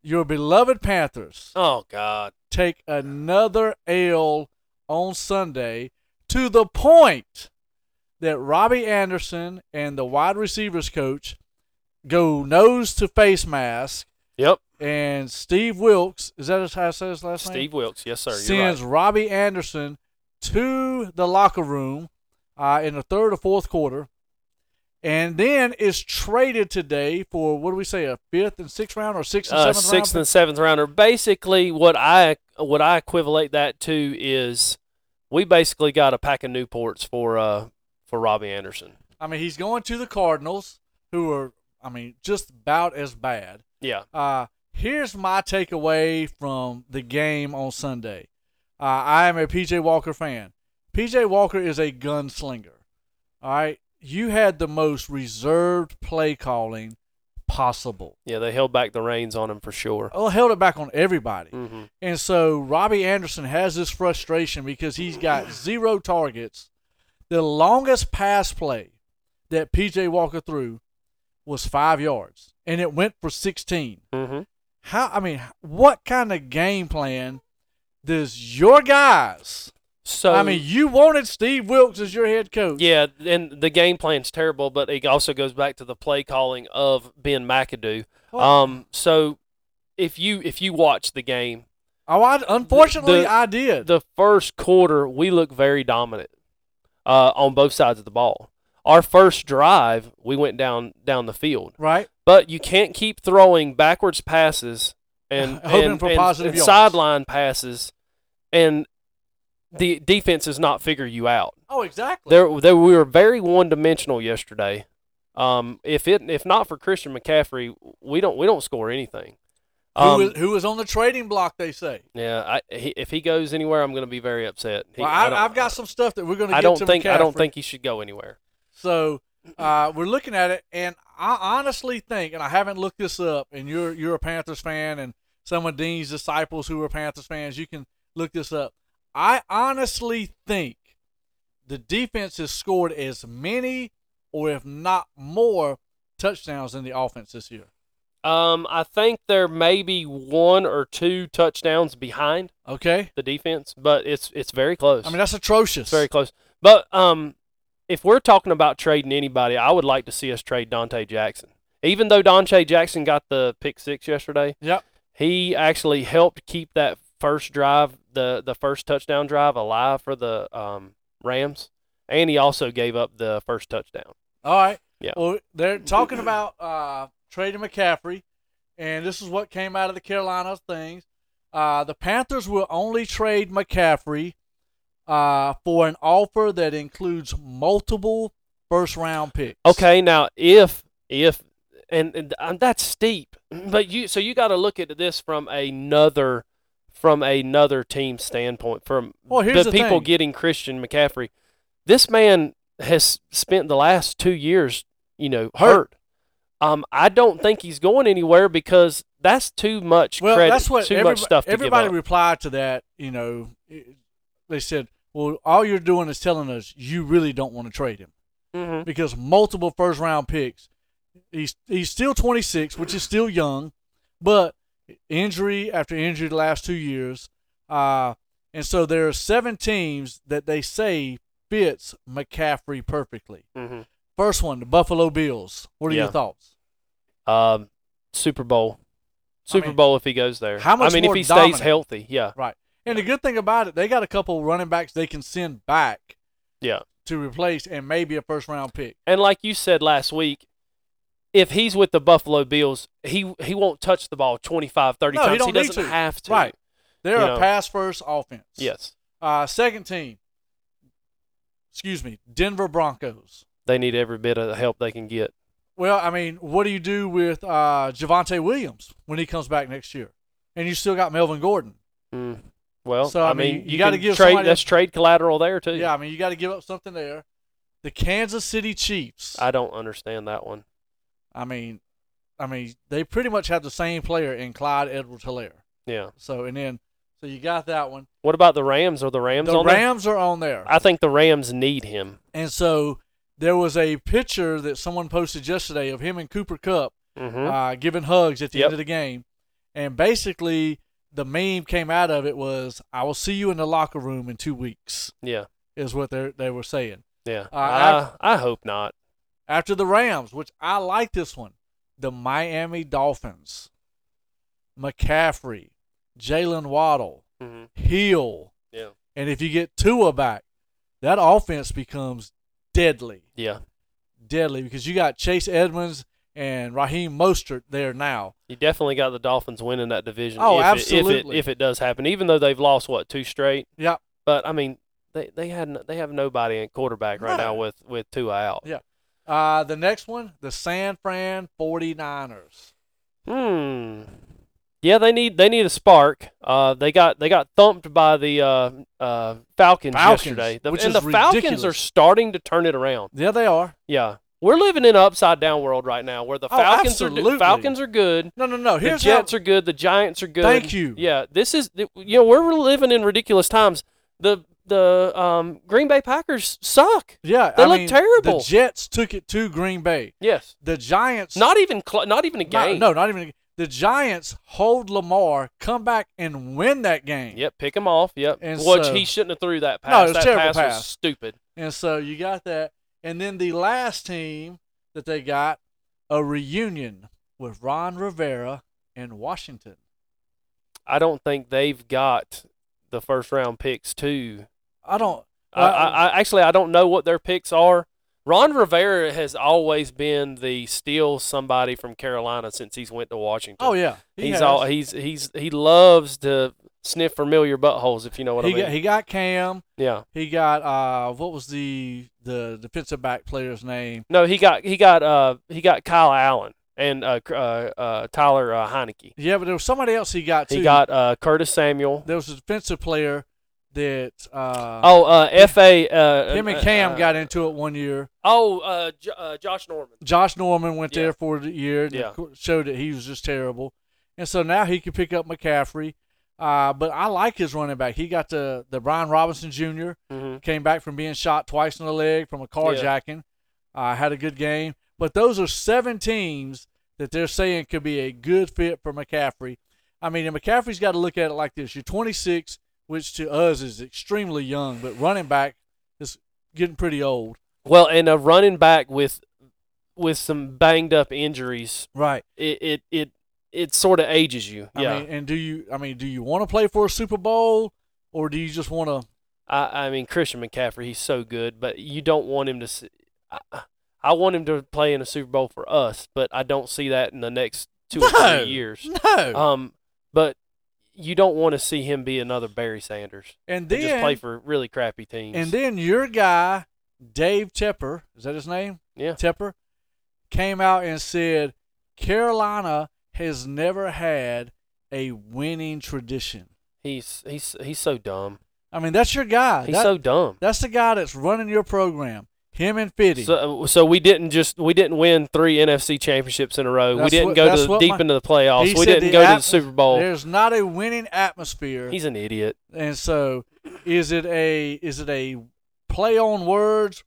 [SPEAKER 2] your beloved Panthers
[SPEAKER 3] oh God.
[SPEAKER 2] take another L on Sunday to the point that Robbie Anderson and the wide receivers coach go nose to face mask.
[SPEAKER 3] Yep.
[SPEAKER 2] and Steve Wilkes, is that how I say his last name?
[SPEAKER 3] Steve Wilkes. Yes, sir. You're right.
[SPEAKER 2] sends Robbie Anderson to the locker room uh, in the third or fourth quarter, and then is traded today for what do we say a fifth and sixth round or sixth and
[SPEAKER 3] uh,
[SPEAKER 2] seventh
[SPEAKER 3] sixth
[SPEAKER 2] round?
[SPEAKER 3] and seventh rounder. Basically, what I what I equivalent that to is we basically got a pack of Newports for uh for Robbie Anderson.
[SPEAKER 2] I mean, he's going to the Cardinals, who are I mean just about as bad.
[SPEAKER 3] Yeah,
[SPEAKER 2] Uh, here's my takeaway from the game on Sunday. Uh, I am a PJ Walker fan. PJ Walker is a gunslinger. All right. You had the most reserved play calling possible.
[SPEAKER 3] yeah, they held back the reins on him for sure.
[SPEAKER 2] Oh, held it back on everybody.
[SPEAKER 3] hmm
[SPEAKER 2] And so Robbie Anderson has this frustration because he's got zero targets. The longest pass play that PJ Walker threw was five yards, and it went for 16
[SPEAKER 3] hmm
[SPEAKER 2] how I mean, what kind of game plan does your guys?
[SPEAKER 3] So
[SPEAKER 2] I mean, you wanted Steve Wilkes as your head coach.
[SPEAKER 3] yeah, and the game plan's terrible, but it also goes back to the play calling of Ben McAdoo.
[SPEAKER 2] Oh.
[SPEAKER 3] Um, so if you if you watch the game,
[SPEAKER 2] Oh, I, unfortunately,
[SPEAKER 3] The-
[SPEAKER 2] I did.
[SPEAKER 3] the first quarter, we looked very dominant uh, on both sides of the ball. Our first drive, we went down down the field,
[SPEAKER 2] right?
[SPEAKER 3] but you can't keep throwing backwards passes and
[SPEAKER 2] *laughs* Hoping
[SPEAKER 3] and,
[SPEAKER 2] for
[SPEAKER 3] and-
[SPEAKER 2] positive
[SPEAKER 3] and
[SPEAKER 2] yards.
[SPEAKER 3] sideline passes, and the defenses not figure you out.
[SPEAKER 2] Oh, exactly.
[SPEAKER 3] There, there we were very one dimensional yesterday. Um, if it if not for Christian McCaffrey, we don't we don't score anything. Um,
[SPEAKER 2] who, is, who is on the trading block? They say.
[SPEAKER 3] yeah, I, he, if he goes anywhere, I'm going to be very upset. He-
[SPEAKER 2] Well,
[SPEAKER 3] don't-
[SPEAKER 2] I, I've got some stuff that we're going to
[SPEAKER 3] I
[SPEAKER 2] get
[SPEAKER 3] don't
[SPEAKER 2] to
[SPEAKER 3] think I don't
[SPEAKER 2] McCaffrey.
[SPEAKER 3] think he should go anywhere.
[SPEAKER 2] So uh, we're looking at it, and I honestly think, and I haven't looked this up, and you're you're a Panthers fan, and some of Dean's disciples who are Panthers fans, you can look this up. I honestly think the defense has scored as many, or if not more, touchdowns than the offense this year.
[SPEAKER 3] Um, I think they're maybe one or two touchdowns behind
[SPEAKER 2] Okay,
[SPEAKER 3] the defense, but it's it's very close.
[SPEAKER 2] I mean that's atrocious.
[SPEAKER 3] it's very close. But um, if we're talking about trading anybody, I would like to see us trade Dante Jackson. Even though Dante Jackson got the pick six yesterday,
[SPEAKER 2] Yep.
[SPEAKER 3] he actually helped keep that first drive, the the first touchdown drive, alive for the um, Rams, and he also gave up the first touchdown.
[SPEAKER 2] All right.
[SPEAKER 3] Yeah.
[SPEAKER 2] Well, they're talking about uh, trading McCaffrey, and this is what came out of the Carolina things. Uh, the Panthers will only trade McCaffrey uh, for an offer that includes multiple first round picks.
[SPEAKER 3] Okay, now if if and, and um, that's steep, but you so you got to look at this from another from another team standpoint from
[SPEAKER 2] Well, here's the
[SPEAKER 3] people
[SPEAKER 2] thing.
[SPEAKER 3] getting Christian McCaffrey. This man has spent the last 2 years, you know, hurt. Um I don't think he's going anywhere because that's too much
[SPEAKER 2] Well,
[SPEAKER 3] credit,
[SPEAKER 2] that's what
[SPEAKER 3] too
[SPEAKER 2] everybo-
[SPEAKER 3] much stuff to give
[SPEAKER 2] everybody
[SPEAKER 3] up.
[SPEAKER 2] replied to that. You know, it- they said, well, all you're doing is telling us you really don't want to trade him.
[SPEAKER 3] Mhm.
[SPEAKER 2] because multiple first round picks. He's he's still 26, which is still young, but injury after injury the last two years, uh, and so there are seven teams that they say fits McCaffrey perfectly.
[SPEAKER 3] Mhm.
[SPEAKER 2] First one, the Buffalo Bills. What are
[SPEAKER 3] Yeah.
[SPEAKER 2] your thoughts?
[SPEAKER 3] Um Super Bowl Super
[SPEAKER 2] mean,
[SPEAKER 3] Bowl if he goes there.
[SPEAKER 2] how much
[SPEAKER 3] I mean
[SPEAKER 2] more
[SPEAKER 3] if he stays
[SPEAKER 2] dominant-
[SPEAKER 3] healthy, yeah.
[SPEAKER 2] Right, and the good thing about it, they got a couple running backs they can send back
[SPEAKER 3] Yeah.
[SPEAKER 2] to replace and maybe a first round pick.
[SPEAKER 3] And like you said last week, if he's with the Buffalo Bills, he he won't touch the ball 25, 30
[SPEAKER 2] No, he
[SPEAKER 3] times.
[SPEAKER 2] don't need
[SPEAKER 3] doesn't
[SPEAKER 2] to.
[SPEAKER 3] have to.
[SPEAKER 2] Right. They're
[SPEAKER 3] You
[SPEAKER 2] a
[SPEAKER 3] know.
[SPEAKER 2] pass first offense.
[SPEAKER 3] Yes.
[SPEAKER 2] Uh, second team. Excuse me, Denver Broncos.
[SPEAKER 3] They need every bit of help they can get.
[SPEAKER 2] Well, I mean, what do you do with uh, Javante Williams when he comes back next year? And you still got Melvin Gordon.
[SPEAKER 3] Mm. Well,
[SPEAKER 2] So, I
[SPEAKER 3] I
[SPEAKER 2] mean,
[SPEAKER 3] mean,
[SPEAKER 2] you
[SPEAKER 3] you,
[SPEAKER 2] gotta
[SPEAKER 3] can
[SPEAKER 2] give
[SPEAKER 3] trade.
[SPEAKER 2] somebody-
[SPEAKER 3] That's trade collateral there too.
[SPEAKER 2] Yeah, I mean, you got to give up something there. The Kansas City Chiefs. I,
[SPEAKER 3] I don't understand that one.
[SPEAKER 2] mean, I mean, they pretty much have the same player in Clyde Edwards-Hilaire.
[SPEAKER 3] Yeah.
[SPEAKER 2] So and then, so you got that one.
[SPEAKER 3] What about the Rams? Are the Rams
[SPEAKER 2] the
[SPEAKER 3] on
[SPEAKER 2] Rams are on there.
[SPEAKER 3] there? I think the Rams need him.
[SPEAKER 2] And so there was a picture that someone posted yesterday of him and Cooper Cup
[SPEAKER 3] Mm-hmm.
[SPEAKER 2] uh, giving hugs at the
[SPEAKER 3] Yep.
[SPEAKER 2] end of the game. And basically, the meme came out of it was, I will see you in the locker room in two weeks,
[SPEAKER 3] yeah.
[SPEAKER 2] is what they they were saying.
[SPEAKER 3] Yeah.
[SPEAKER 2] Uh,
[SPEAKER 3] I, I hope not.
[SPEAKER 2] After the Rams, which I like this one, the Miami Dolphins, McCaffrey, Jalen Waddle,
[SPEAKER 3] Mm-hmm.
[SPEAKER 2] Hill.
[SPEAKER 3] Yeah.
[SPEAKER 2] And if you get Tua back, that offense becomes deadly.
[SPEAKER 3] Yeah.
[SPEAKER 2] deadly because you got Chase Edmonds and Raheem Mostert there now.
[SPEAKER 3] You definitely got the Dolphins winning that division.
[SPEAKER 2] Oh,
[SPEAKER 3] if It, if,
[SPEAKER 2] absolutely.
[SPEAKER 3] it, if it does happen, even though they've lost what two straight.
[SPEAKER 2] Yeah.
[SPEAKER 3] But I mean, they they had n- they have nobody in quarterback right
[SPEAKER 2] No.
[SPEAKER 3] now with with Tua out.
[SPEAKER 2] Yeah. Uh, the next one, the San Fran 49ers.
[SPEAKER 3] Hmm. Yeah, they need they need a spark. Uh, they got they got thumped by the uh, uh, Falcons,
[SPEAKER 2] Falcons,
[SPEAKER 3] yesterday, the,
[SPEAKER 2] which
[SPEAKER 3] and
[SPEAKER 2] is
[SPEAKER 3] the Falcons are
[SPEAKER 2] ridiculous.
[SPEAKER 3] starting to turn it around.
[SPEAKER 2] There they are.
[SPEAKER 3] Yeah, we're living in an upside down world right now, where the
[SPEAKER 2] Oh,
[SPEAKER 3] Falcons are do-
[SPEAKER 2] absolutely.
[SPEAKER 3] Falcons are good,
[SPEAKER 2] No, no, no. Here's
[SPEAKER 3] the Jets are good, the Giants are good.
[SPEAKER 2] Thank you.
[SPEAKER 3] Yeah, this is th- you know we're living in ridiculous times. The the um, Green Bay Packers suck.
[SPEAKER 2] how, yeah,
[SPEAKER 3] they
[SPEAKER 2] I
[SPEAKER 3] look
[SPEAKER 2] mean,
[SPEAKER 3] terrible.
[SPEAKER 2] The Jets took it to Green Bay.
[SPEAKER 3] Yes,
[SPEAKER 2] The Giants.
[SPEAKER 3] not even cl- not even a
[SPEAKER 2] not-
[SPEAKER 3] game.
[SPEAKER 2] no, not even. The Giants hold Lamar, come back and win that game.
[SPEAKER 3] Yep, pick him off. Yep,
[SPEAKER 2] And
[SPEAKER 3] which
[SPEAKER 2] so-
[SPEAKER 3] he shouldn't have threw that
[SPEAKER 2] No,
[SPEAKER 3] pass.
[SPEAKER 2] it was
[SPEAKER 3] that
[SPEAKER 2] terrible
[SPEAKER 3] pass,
[SPEAKER 2] pass.
[SPEAKER 3] was stupid.
[SPEAKER 2] And so you got that. And then the last team that they got a reunion with Ron Rivera in Washington.
[SPEAKER 3] I don't think they've got the first round picks too.
[SPEAKER 2] I don't.
[SPEAKER 3] I, I, I actually I don't know what their picks are. Ron Rivera has always been the steal somebody from Carolina since he's went to Washington.
[SPEAKER 2] oh yeah, he
[SPEAKER 3] he's
[SPEAKER 2] has.
[SPEAKER 3] all he's he's he loves to sniff familiar buttholes if you know what
[SPEAKER 2] he
[SPEAKER 3] I mean.
[SPEAKER 2] got, he got Cam.
[SPEAKER 3] yeah.
[SPEAKER 2] He got uh, what was the the defensive back player's name?
[SPEAKER 3] No, he got he got uh he got Kyle Allen and uh Cr- uh, uh Tyler uh, Heineke.
[SPEAKER 2] Yeah, but there was somebody else he got too.
[SPEAKER 3] He got uh Curtis Samuel.
[SPEAKER 2] there was a defensive player that uh,
[SPEAKER 3] Oh, uh FA uh
[SPEAKER 2] him and
[SPEAKER 3] uh,
[SPEAKER 2] Cam
[SPEAKER 3] uh,
[SPEAKER 2] got into it one year.
[SPEAKER 3] Oh, uh, J- uh Josh Norman.
[SPEAKER 2] Josh Norman went
[SPEAKER 3] Yeah.
[SPEAKER 2] there for the year. And
[SPEAKER 3] Yeah.
[SPEAKER 2] showed that he was just terrible, and so now he can pick up McCaffrey. Uh, but I like his running back. He got the the Brian Robinson Jr.
[SPEAKER 3] Mm-hmm.
[SPEAKER 2] came back from being shot twice in the leg from a
[SPEAKER 3] Yeah.
[SPEAKER 2] carjacking. Uh, had a good game, but those are seven teams that they're saying could be a good fit for McCaffrey. I mean, and McCaffrey's got to look at it like this: you're 26, which to us is extremely young, but running back is getting pretty old.
[SPEAKER 3] Well, and a running back with with some banged up injuries,
[SPEAKER 2] Right.
[SPEAKER 3] it it it, it sort of ages you.
[SPEAKER 2] I
[SPEAKER 3] yeah.
[SPEAKER 2] mean, and do you? I mean, do you want to play for a Super Bowl, or do you just want to?
[SPEAKER 3] I, I mean Christian McCaffrey, he's so good, but you don't want him to. See, I, I- I want him to play in a Super Bowl for us, but I don't see that in the next two or
[SPEAKER 2] No.
[SPEAKER 3] three years.
[SPEAKER 2] No.
[SPEAKER 3] Um, but you don't want to see him be another Barry Sanders.
[SPEAKER 2] and
[SPEAKER 3] They
[SPEAKER 2] then,
[SPEAKER 3] just play for really crappy teams.
[SPEAKER 2] and then your guy, Dave Tepper, is that his name?
[SPEAKER 3] yeah,
[SPEAKER 2] Tepper came out and said Carolina has never had a winning tradition.
[SPEAKER 3] he's he's he's so dumb.
[SPEAKER 2] I mean, that's your guy.
[SPEAKER 3] He's
[SPEAKER 2] Uh, That-
[SPEAKER 3] so dumb.
[SPEAKER 2] that's the guy that's running your program. Him and Fitty.
[SPEAKER 3] So, so we didn't just we didn't win three NFC championships in a row.
[SPEAKER 2] That's
[SPEAKER 3] we didn't
[SPEAKER 2] what-
[SPEAKER 3] go
[SPEAKER 2] that's
[SPEAKER 3] to the,
[SPEAKER 2] what
[SPEAKER 3] deep
[SPEAKER 2] my-
[SPEAKER 3] into the playoffs.
[SPEAKER 2] He
[SPEAKER 3] We
[SPEAKER 2] said
[SPEAKER 3] didn't
[SPEAKER 2] the
[SPEAKER 3] go to the
[SPEAKER 2] atmos-
[SPEAKER 3] Super Bowl.
[SPEAKER 2] There's not a winning atmosphere,
[SPEAKER 3] oh. He's an idiot.
[SPEAKER 2] and so is it a is it a play on words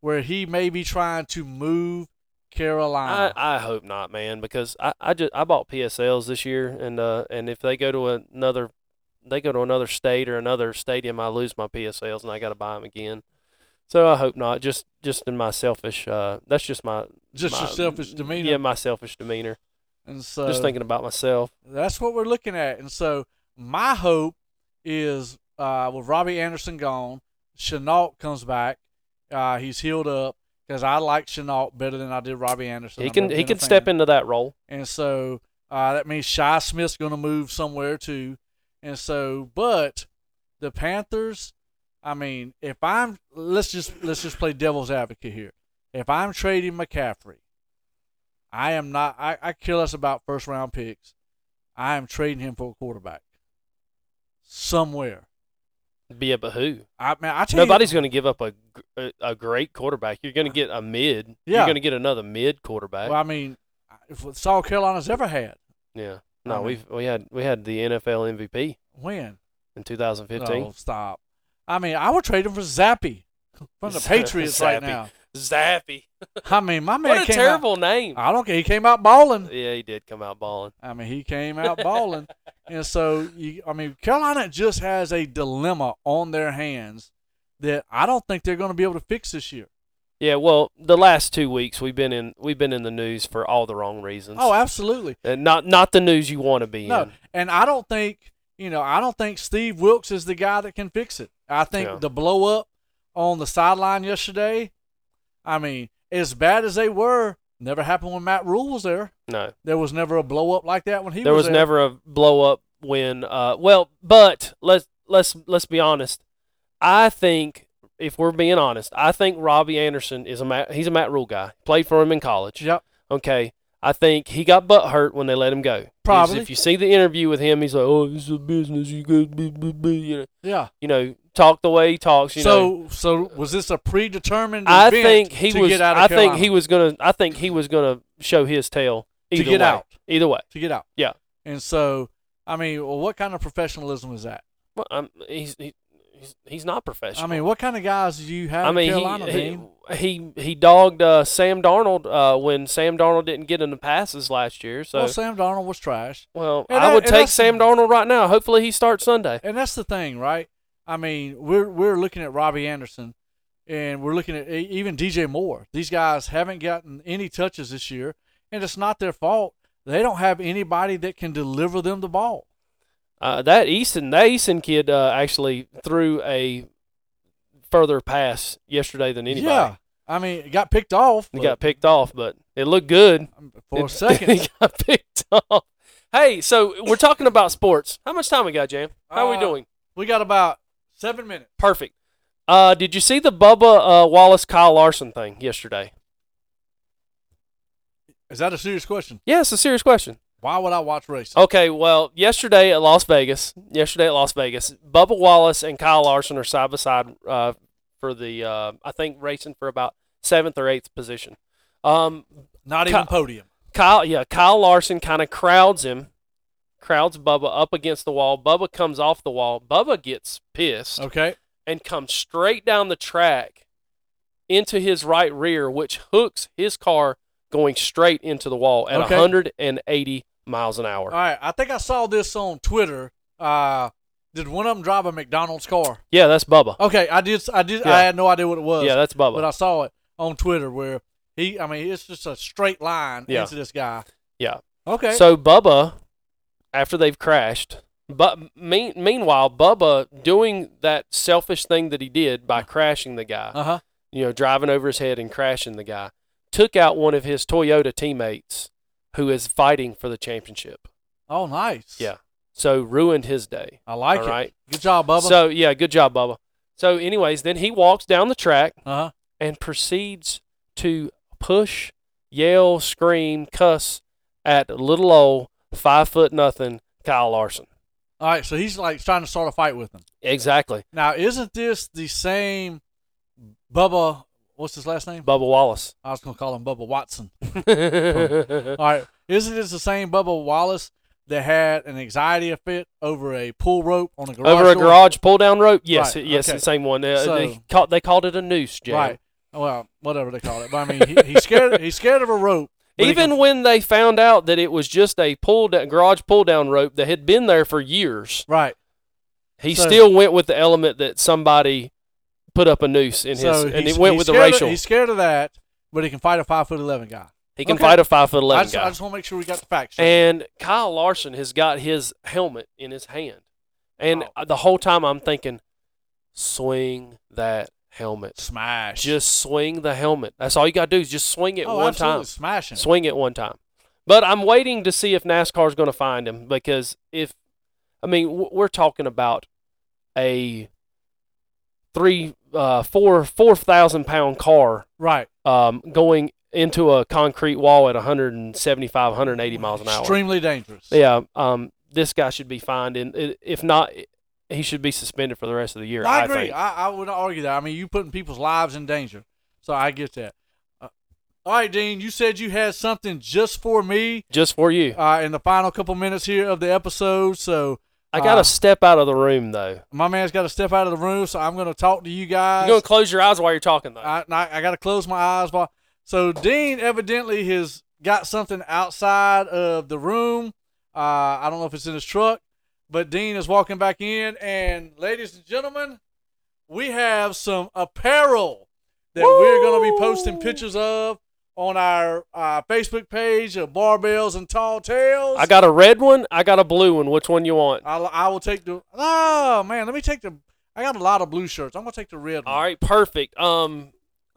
[SPEAKER 2] where he may be trying to move
[SPEAKER 3] I,
[SPEAKER 2] Carolina?
[SPEAKER 3] I hope not, man, because I, I just I bought PSLs this year, and uh and if they go to another they go to another state or another stadium, I lose my PSLs and I got to buy them again. So I hope not. Just just in my selfish uh that's just my
[SPEAKER 2] Just
[SPEAKER 3] my,
[SPEAKER 2] your selfish demeanor. Uh,
[SPEAKER 3] Yeah, my selfish demeanor.
[SPEAKER 2] and so
[SPEAKER 3] just thinking about myself.
[SPEAKER 2] That's what we're looking at. And so my hope is uh, with Robbie Anderson gone, Chenault comes back, Uh, he's healed up because I like Chenault better than I did Robbie Anderson.
[SPEAKER 3] He
[SPEAKER 2] I've
[SPEAKER 3] can
[SPEAKER 2] never
[SPEAKER 3] he
[SPEAKER 2] been a
[SPEAKER 3] can
[SPEAKER 2] fan.
[SPEAKER 3] step into that role.
[SPEAKER 2] And so uh, that means Shy Smith's going to move somewhere too. And so, but the Panthers, I mean, if I'm let's just let's just play devil's advocate here. If I'm trading McCaffrey, I am not. I, I kill us about first round picks. I am trading him for a quarterback somewhere.
[SPEAKER 3] Be but who?
[SPEAKER 2] I mean, I tell you-
[SPEAKER 3] Nobody's going to give up a, gr- a a great quarterback. You're going to get a mid.
[SPEAKER 2] Yeah.
[SPEAKER 3] You're going to get another mid quarterback.
[SPEAKER 2] Well, I mean, if what South Carolina's ever had
[SPEAKER 3] yeah.
[SPEAKER 2] I
[SPEAKER 3] No,
[SPEAKER 2] mean-
[SPEAKER 3] we've we had we had the NFL MVP
[SPEAKER 2] when
[SPEAKER 3] in 2015.
[SPEAKER 2] No, Oh, stop. I mean, I would trade him for Zappy from
[SPEAKER 3] *laughs*
[SPEAKER 2] the Patriots right
[SPEAKER 3] Zappy.
[SPEAKER 2] now.
[SPEAKER 3] Zappy.
[SPEAKER 2] I mean, my man
[SPEAKER 3] *laughs* What a
[SPEAKER 2] came
[SPEAKER 3] terrible name.
[SPEAKER 2] out. Uh, I don't care. He came out balling.
[SPEAKER 3] Yeah, he did come out balling.
[SPEAKER 2] I mean, he came out
[SPEAKER 3] *laughs*
[SPEAKER 2] balling. And so, you, I mean, Carolina just has a dilemma on their hands that I don't think they're going to be able to fix this year.
[SPEAKER 3] Yeah, well, the last two weeks we've been in we've been in the news for all the wrong reasons.
[SPEAKER 2] Oh, absolutely.
[SPEAKER 3] and not not the news you want to be
[SPEAKER 2] No,
[SPEAKER 3] in.
[SPEAKER 2] and I don't think you know. I don't think Steve Wilkes is the guy that can fix it. I think
[SPEAKER 3] Yeah.
[SPEAKER 2] the blow up on the sideline yesterday. I mean, as bad as they were, never happened when Matt Rule was there.
[SPEAKER 3] No,
[SPEAKER 2] There was never a blow up like that when he
[SPEAKER 3] there
[SPEAKER 2] was
[SPEAKER 3] was never a blow up when. Uh, well, but let's let's let's be honest. I think if we're being honest, I think Robbie Anderson is a Matt, he's a Matt Rule guy. Played for him in college.
[SPEAKER 2] Yep.
[SPEAKER 3] Okay. I think he got butt hurt when they let him go. He's-
[SPEAKER 2] Probably.
[SPEAKER 3] If you see the interview with him, he's like, "Oh, this is a business. You guys, blah, blah, blah," you know,
[SPEAKER 2] Yeah.
[SPEAKER 3] you know, talk the way he talks. You know,
[SPEAKER 2] so so was this a predetermined?
[SPEAKER 3] I
[SPEAKER 2] event
[SPEAKER 3] think he
[SPEAKER 2] to
[SPEAKER 3] was.
[SPEAKER 2] Get out of
[SPEAKER 3] I
[SPEAKER 2] Carolina?
[SPEAKER 3] think he was gonna. I think he was gonna show his tail either
[SPEAKER 2] get
[SPEAKER 3] way.
[SPEAKER 2] out.
[SPEAKER 3] Either way.
[SPEAKER 2] to get out.
[SPEAKER 3] Yeah.
[SPEAKER 2] And so, I mean, well, what kind of professionalism is that?
[SPEAKER 3] Well, I'm, he's he, he's he's not professional.
[SPEAKER 2] I mean, what kind of guys do you have?
[SPEAKER 3] I
[SPEAKER 2] in
[SPEAKER 3] mean,
[SPEAKER 2] Carolina,
[SPEAKER 3] he,
[SPEAKER 2] Dean?
[SPEAKER 3] he he he dogged uh, Sam Darnold uh, when Sam Darnold didn't get in the passes last year. So
[SPEAKER 2] well,
[SPEAKER 3] well,
[SPEAKER 2] Sam Darnold was trash. and
[SPEAKER 3] I
[SPEAKER 2] that- and
[SPEAKER 3] would take
[SPEAKER 2] that's-
[SPEAKER 3] Sam Darnold right now. Hopefully, he starts Sunday.
[SPEAKER 2] And that's the thing, right? I mean, we're we're looking at Robbie Anderson, and we're looking at e- even DJ Moore. These guys haven't gotten any touches this year, and it's not their fault. They don't have anybody that can deliver them the ball.
[SPEAKER 3] Uh, that Easton that Easton kid uh, actually threw a further pass yesterday than anybody.
[SPEAKER 2] Yeah, I mean, it got picked off
[SPEAKER 3] He
[SPEAKER 2] but um,
[SPEAKER 3] got picked off, but it looked good.
[SPEAKER 2] for a
[SPEAKER 3] It-
[SPEAKER 2] second.
[SPEAKER 3] *laughs* he got picked off. Hey, so we're talking about sports. How much time we got, Jam? How are
[SPEAKER 2] Uh,
[SPEAKER 3] we doing?
[SPEAKER 2] we got about seven minutes.
[SPEAKER 3] Perfect. Uh, did you see the Bubba uh, Wallace Kyle Larson thing yesterday?
[SPEAKER 2] Is that a serious question?
[SPEAKER 3] Yeah, it's a serious question.
[SPEAKER 2] Why would I watch racing?
[SPEAKER 3] Okay, well, yesterday at Las Vegas, yesterday at Las Vegas, Bubba Wallace and Kyle Larson are side by side uh, for the uh, I think racing for about seventh or eighth position. Um,
[SPEAKER 2] Not even
[SPEAKER 3] Ky-
[SPEAKER 2] podium.
[SPEAKER 3] Kyle, yeah, Kyle Larson kind of crowds him, crowds Bubba up against the wall. Bubba comes off the wall. Bubba gets pissed.
[SPEAKER 2] Okay.
[SPEAKER 3] and comes straight down the track into his right rear, which hooks his car going straight into the wall at
[SPEAKER 2] Okay.
[SPEAKER 3] 180 miles an
[SPEAKER 2] All
[SPEAKER 3] hour.
[SPEAKER 2] right. I think I saw this on Twitter. Uh, did one of them drive a McDonald's car?
[SPEAKER 3] Yeah, that's Bubba.
[SPEAKER 2] Okay, I did. I did.
[SPEAKER 3] Yeah.
[SPEAKER 2] I had no idea what Oh, it was.
[SPEAKER 3] yeah, that's Bubba.
[SPEAKER 2] but uh, I saw it on Twitter where he. I mean, it's just a straight line
[SPEAKER 3] Yeah.
[SPEAKER 2] into this guy.
[SPEAKER 3] Yeah.
[SPEAKER 2] Okay.
[SPEAKER 3] So Bubba, after they've crashed, but mean, meanwhile, Bubba doing that selfish thing that he did
[SPEAKER 2] Uh-huh.
[SPEAKER 3] by crashing the guy,
[SPEAKER 2] uh huh.
[SPEAKER 3] you know, driving over his head and crashing the guy, took out one of his Toyota teammates who is fighting for the championship.
[SPEAKER 2] Oh, nice.
[SPEAKER 3] Yeah. So ruined his day.
[SPEAKER 2] I like
[SPEAKER 3] All
[SPEAKER 2] it.
[SPEAKER 3] right.
[SPEAKER 2] Good job, Bubba.
[SPEAKER 3] So yeah, good job, Bubba. So, anyways, then he walks down the track
[SPEAKER 2] uh huh.
[SPEAKER 3] and proceeds to push, yell, scream, cuss at little old five foot nothing Kyle Larson.
[SPEAKER 2] All right. So he's like trying to start a fight with him.
[SPEAKER 3] Exactly,
[SPEAKER 2] Now, isn't this the same Bubba? What's his last name? *laughs*
[SPEAKER 3] Bubba Wallace.
[SPEAKER 2] I was gonna call him Bubba Watson.
[SPEAKER 3] yeah,
[SPEAKER 2] All right. Isn't this the same Bubba Wallace that had an anxiety fit over a pull rope on a garage
[SPEAKER 3] over a
[SPEAKER 2] door?
[SPEAKER 3] garage pull down rope. Yes,
[SPEAKER 2] Right,
[SPEAKER 3] yes,
[SPEAKER 2] okay.
[SPEAKER 3] the same one. Uh,
[SPEAKER 2] So-
[SPEAKER 3] they, call, they called it a noose, Jay.
[SPEAKER 2] Right. Well, whatever they call it. But I mean, he, he's scared. he's scared of a rope. but he
[SPEAKER 3] Even
[SPEAKER 2] can-
[SPEAKER 3] when they found out that it was just a pull down, garage pull down rope that had been there for years,
[SPEAKER 2] right.
[SPEAKER 3] He
[SPEAKER 2] So-
[SPEAKER 3] still went with the element that somebody put up a noose in
[SPEAKER 2] so
[SPEAKER 3] his, and
[SPEAKER 2] he's-
[SPEAKER 3] he went
[SPEAKER 2] he's
[SPEAKER 3] with the
[SPEAKER 2] scared
[SPEAKER 3] racial.
[SPEAKER 2] Of, he's scared of that, but he can fight a five foot eleven guy.
[SPEAKER 3] he can
[SPEAKER 2] okay.
[SPEAKER 3] fight a five foot
[SPEAKER 2] I
[SPEAKER 3] eleven
[SPEAKER 2] just, I
[SPEAKER 3] guy.
[SPEAKER 2] just want to make sure we got the facts. straight.
[SPEAKER 3] And Kyle Larson has got his helmet in his hand, and
[SPEAKER 2] Wow.
[SPEAKER 3] the whole time I'm thinking, swing that helmet.
[SPEAKER 2] Smash.
[SPEAKER 3] Just swing the helmet. That's all you got to do is just swing it
[SPEAKER 2] oh,
[SPEAKER 3] one
[SPEAKER 2] absolutely.
[SPEAKER 3] time.
[SPEAKER 2] Smashing.
[SPEAKER 3] Swing it one time. But I'm waiting to see if NASCAR's going to find him because if, I mean, w- we're talking about a three, uh, four, four thousand pound car
[SPEAKER 2] Right.
[SPEAKER 3] um, going into a concrete wall at 175, 180 miles an hour.
[SPEAKER 2] Extremely dangerous.
[SPEAKER 3] Yeah, um, this guy should be fined, and i- if not, he should be suspended for the rest of the year.
[SPEAKER 2] I
[SPEAKER 3] I,
[SPEAKER 2] agree.
[SPEAKER 3] think.
[SPEAKER 2] I, I wouldn't argue that. I mean, you putting people's lives in danger. So I get that. Uh, all right, Dean, you said you had something just for me
[SPEAKER 3] Just for you,
[SPEAKER 2] uh, in the final couple minutes here of the episode. So
[SPEAKER 3] I gotta
[SPEAKER 2] uh,
[SPEAKER 3] step out of the room though.
[SPEAKER 2] my man's got to step out of the room. So I'm going to talk to you guys. Uh,
[SPEAKER 3] You're gonna close your eyes while you're talking though.
[SPEAKER 2] I, I, got to close my eyes. While, so Dean evidently has got something outside of the room. Uh, I don't know if it's in his truck, but Dean is walking back in. And ladies and gentlemen, we have some apparel that we're going to be posting
[SPEAKER 3] Woo!
[SPEAKER 2] pictures of on our uh, Facebook page of Barbells and Tall Tales.
[SPEAKER 3] I got a red one. I got a blue one. Which one you want?
[SPEAKER 2] I'll, I will take the. Oh, man, let me take the. I got a lot of blue shirts. I'm going to take the red one.
[SPEAKER 3] All right, perfect. Um,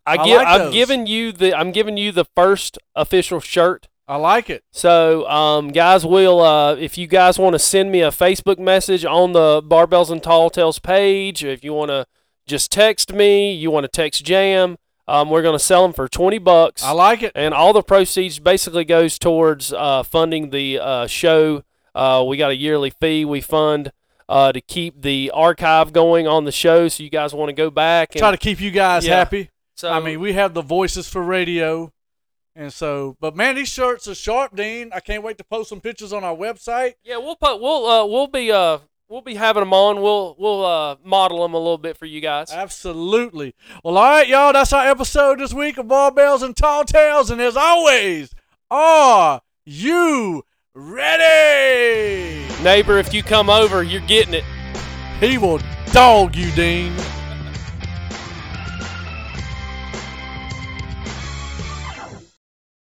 [SPEAKER 3] I,
[SPEAKER 2] I
[SPEAKER 3] give.
[SPEAKER 2] like
[SPEAKER 3] I'm
[SPEAKER 2] those.
[SPEAKER 3] giving you the. I'm giving you the first official shirt.
[SPEAKER 2] I like it.
[SPEAKER 3] So, um, guys, we'll uh, if you guys want to send me a Facebook message on the Barbells and Tall Tales page, if you want to just text me, you want to text Jam, um, we're gonna sell them for twenty bucks,
[SPEAKER 2] I like it.
[SPEAKER 3] and all the proceeds basically goes towards uh, funding the uh, show. Uh, we got a yearly fee we fund uh, to keep the archive going on the show. So you guys want to go back and
[SPEAKER 2] Try to keep you guys
[SPEAKER 3] Yeah.
[SPEAKER 2] happy.
[SPEAKER 3] so
[SPEAKER 2] I mean, we have the voices for radio. And so, but man, these shirts are sharp, Dean. I can't wait to post some pictures on our website.
[SPEAKER 3] Yeah, we'll put we'll uh, we'll be uh we'll be having them on. We'll we'll uh, model them a little bit for you guys.
[SPEAKER 2] Absolutely. Well, all right, y'all. That's our episode this week of Barbells and Tall Tales. And as always, are you ready?
[SPEAKER 3] Neighbor, if you come over, you're getting it.
[SPEAKER 2] He will dog you, Dean.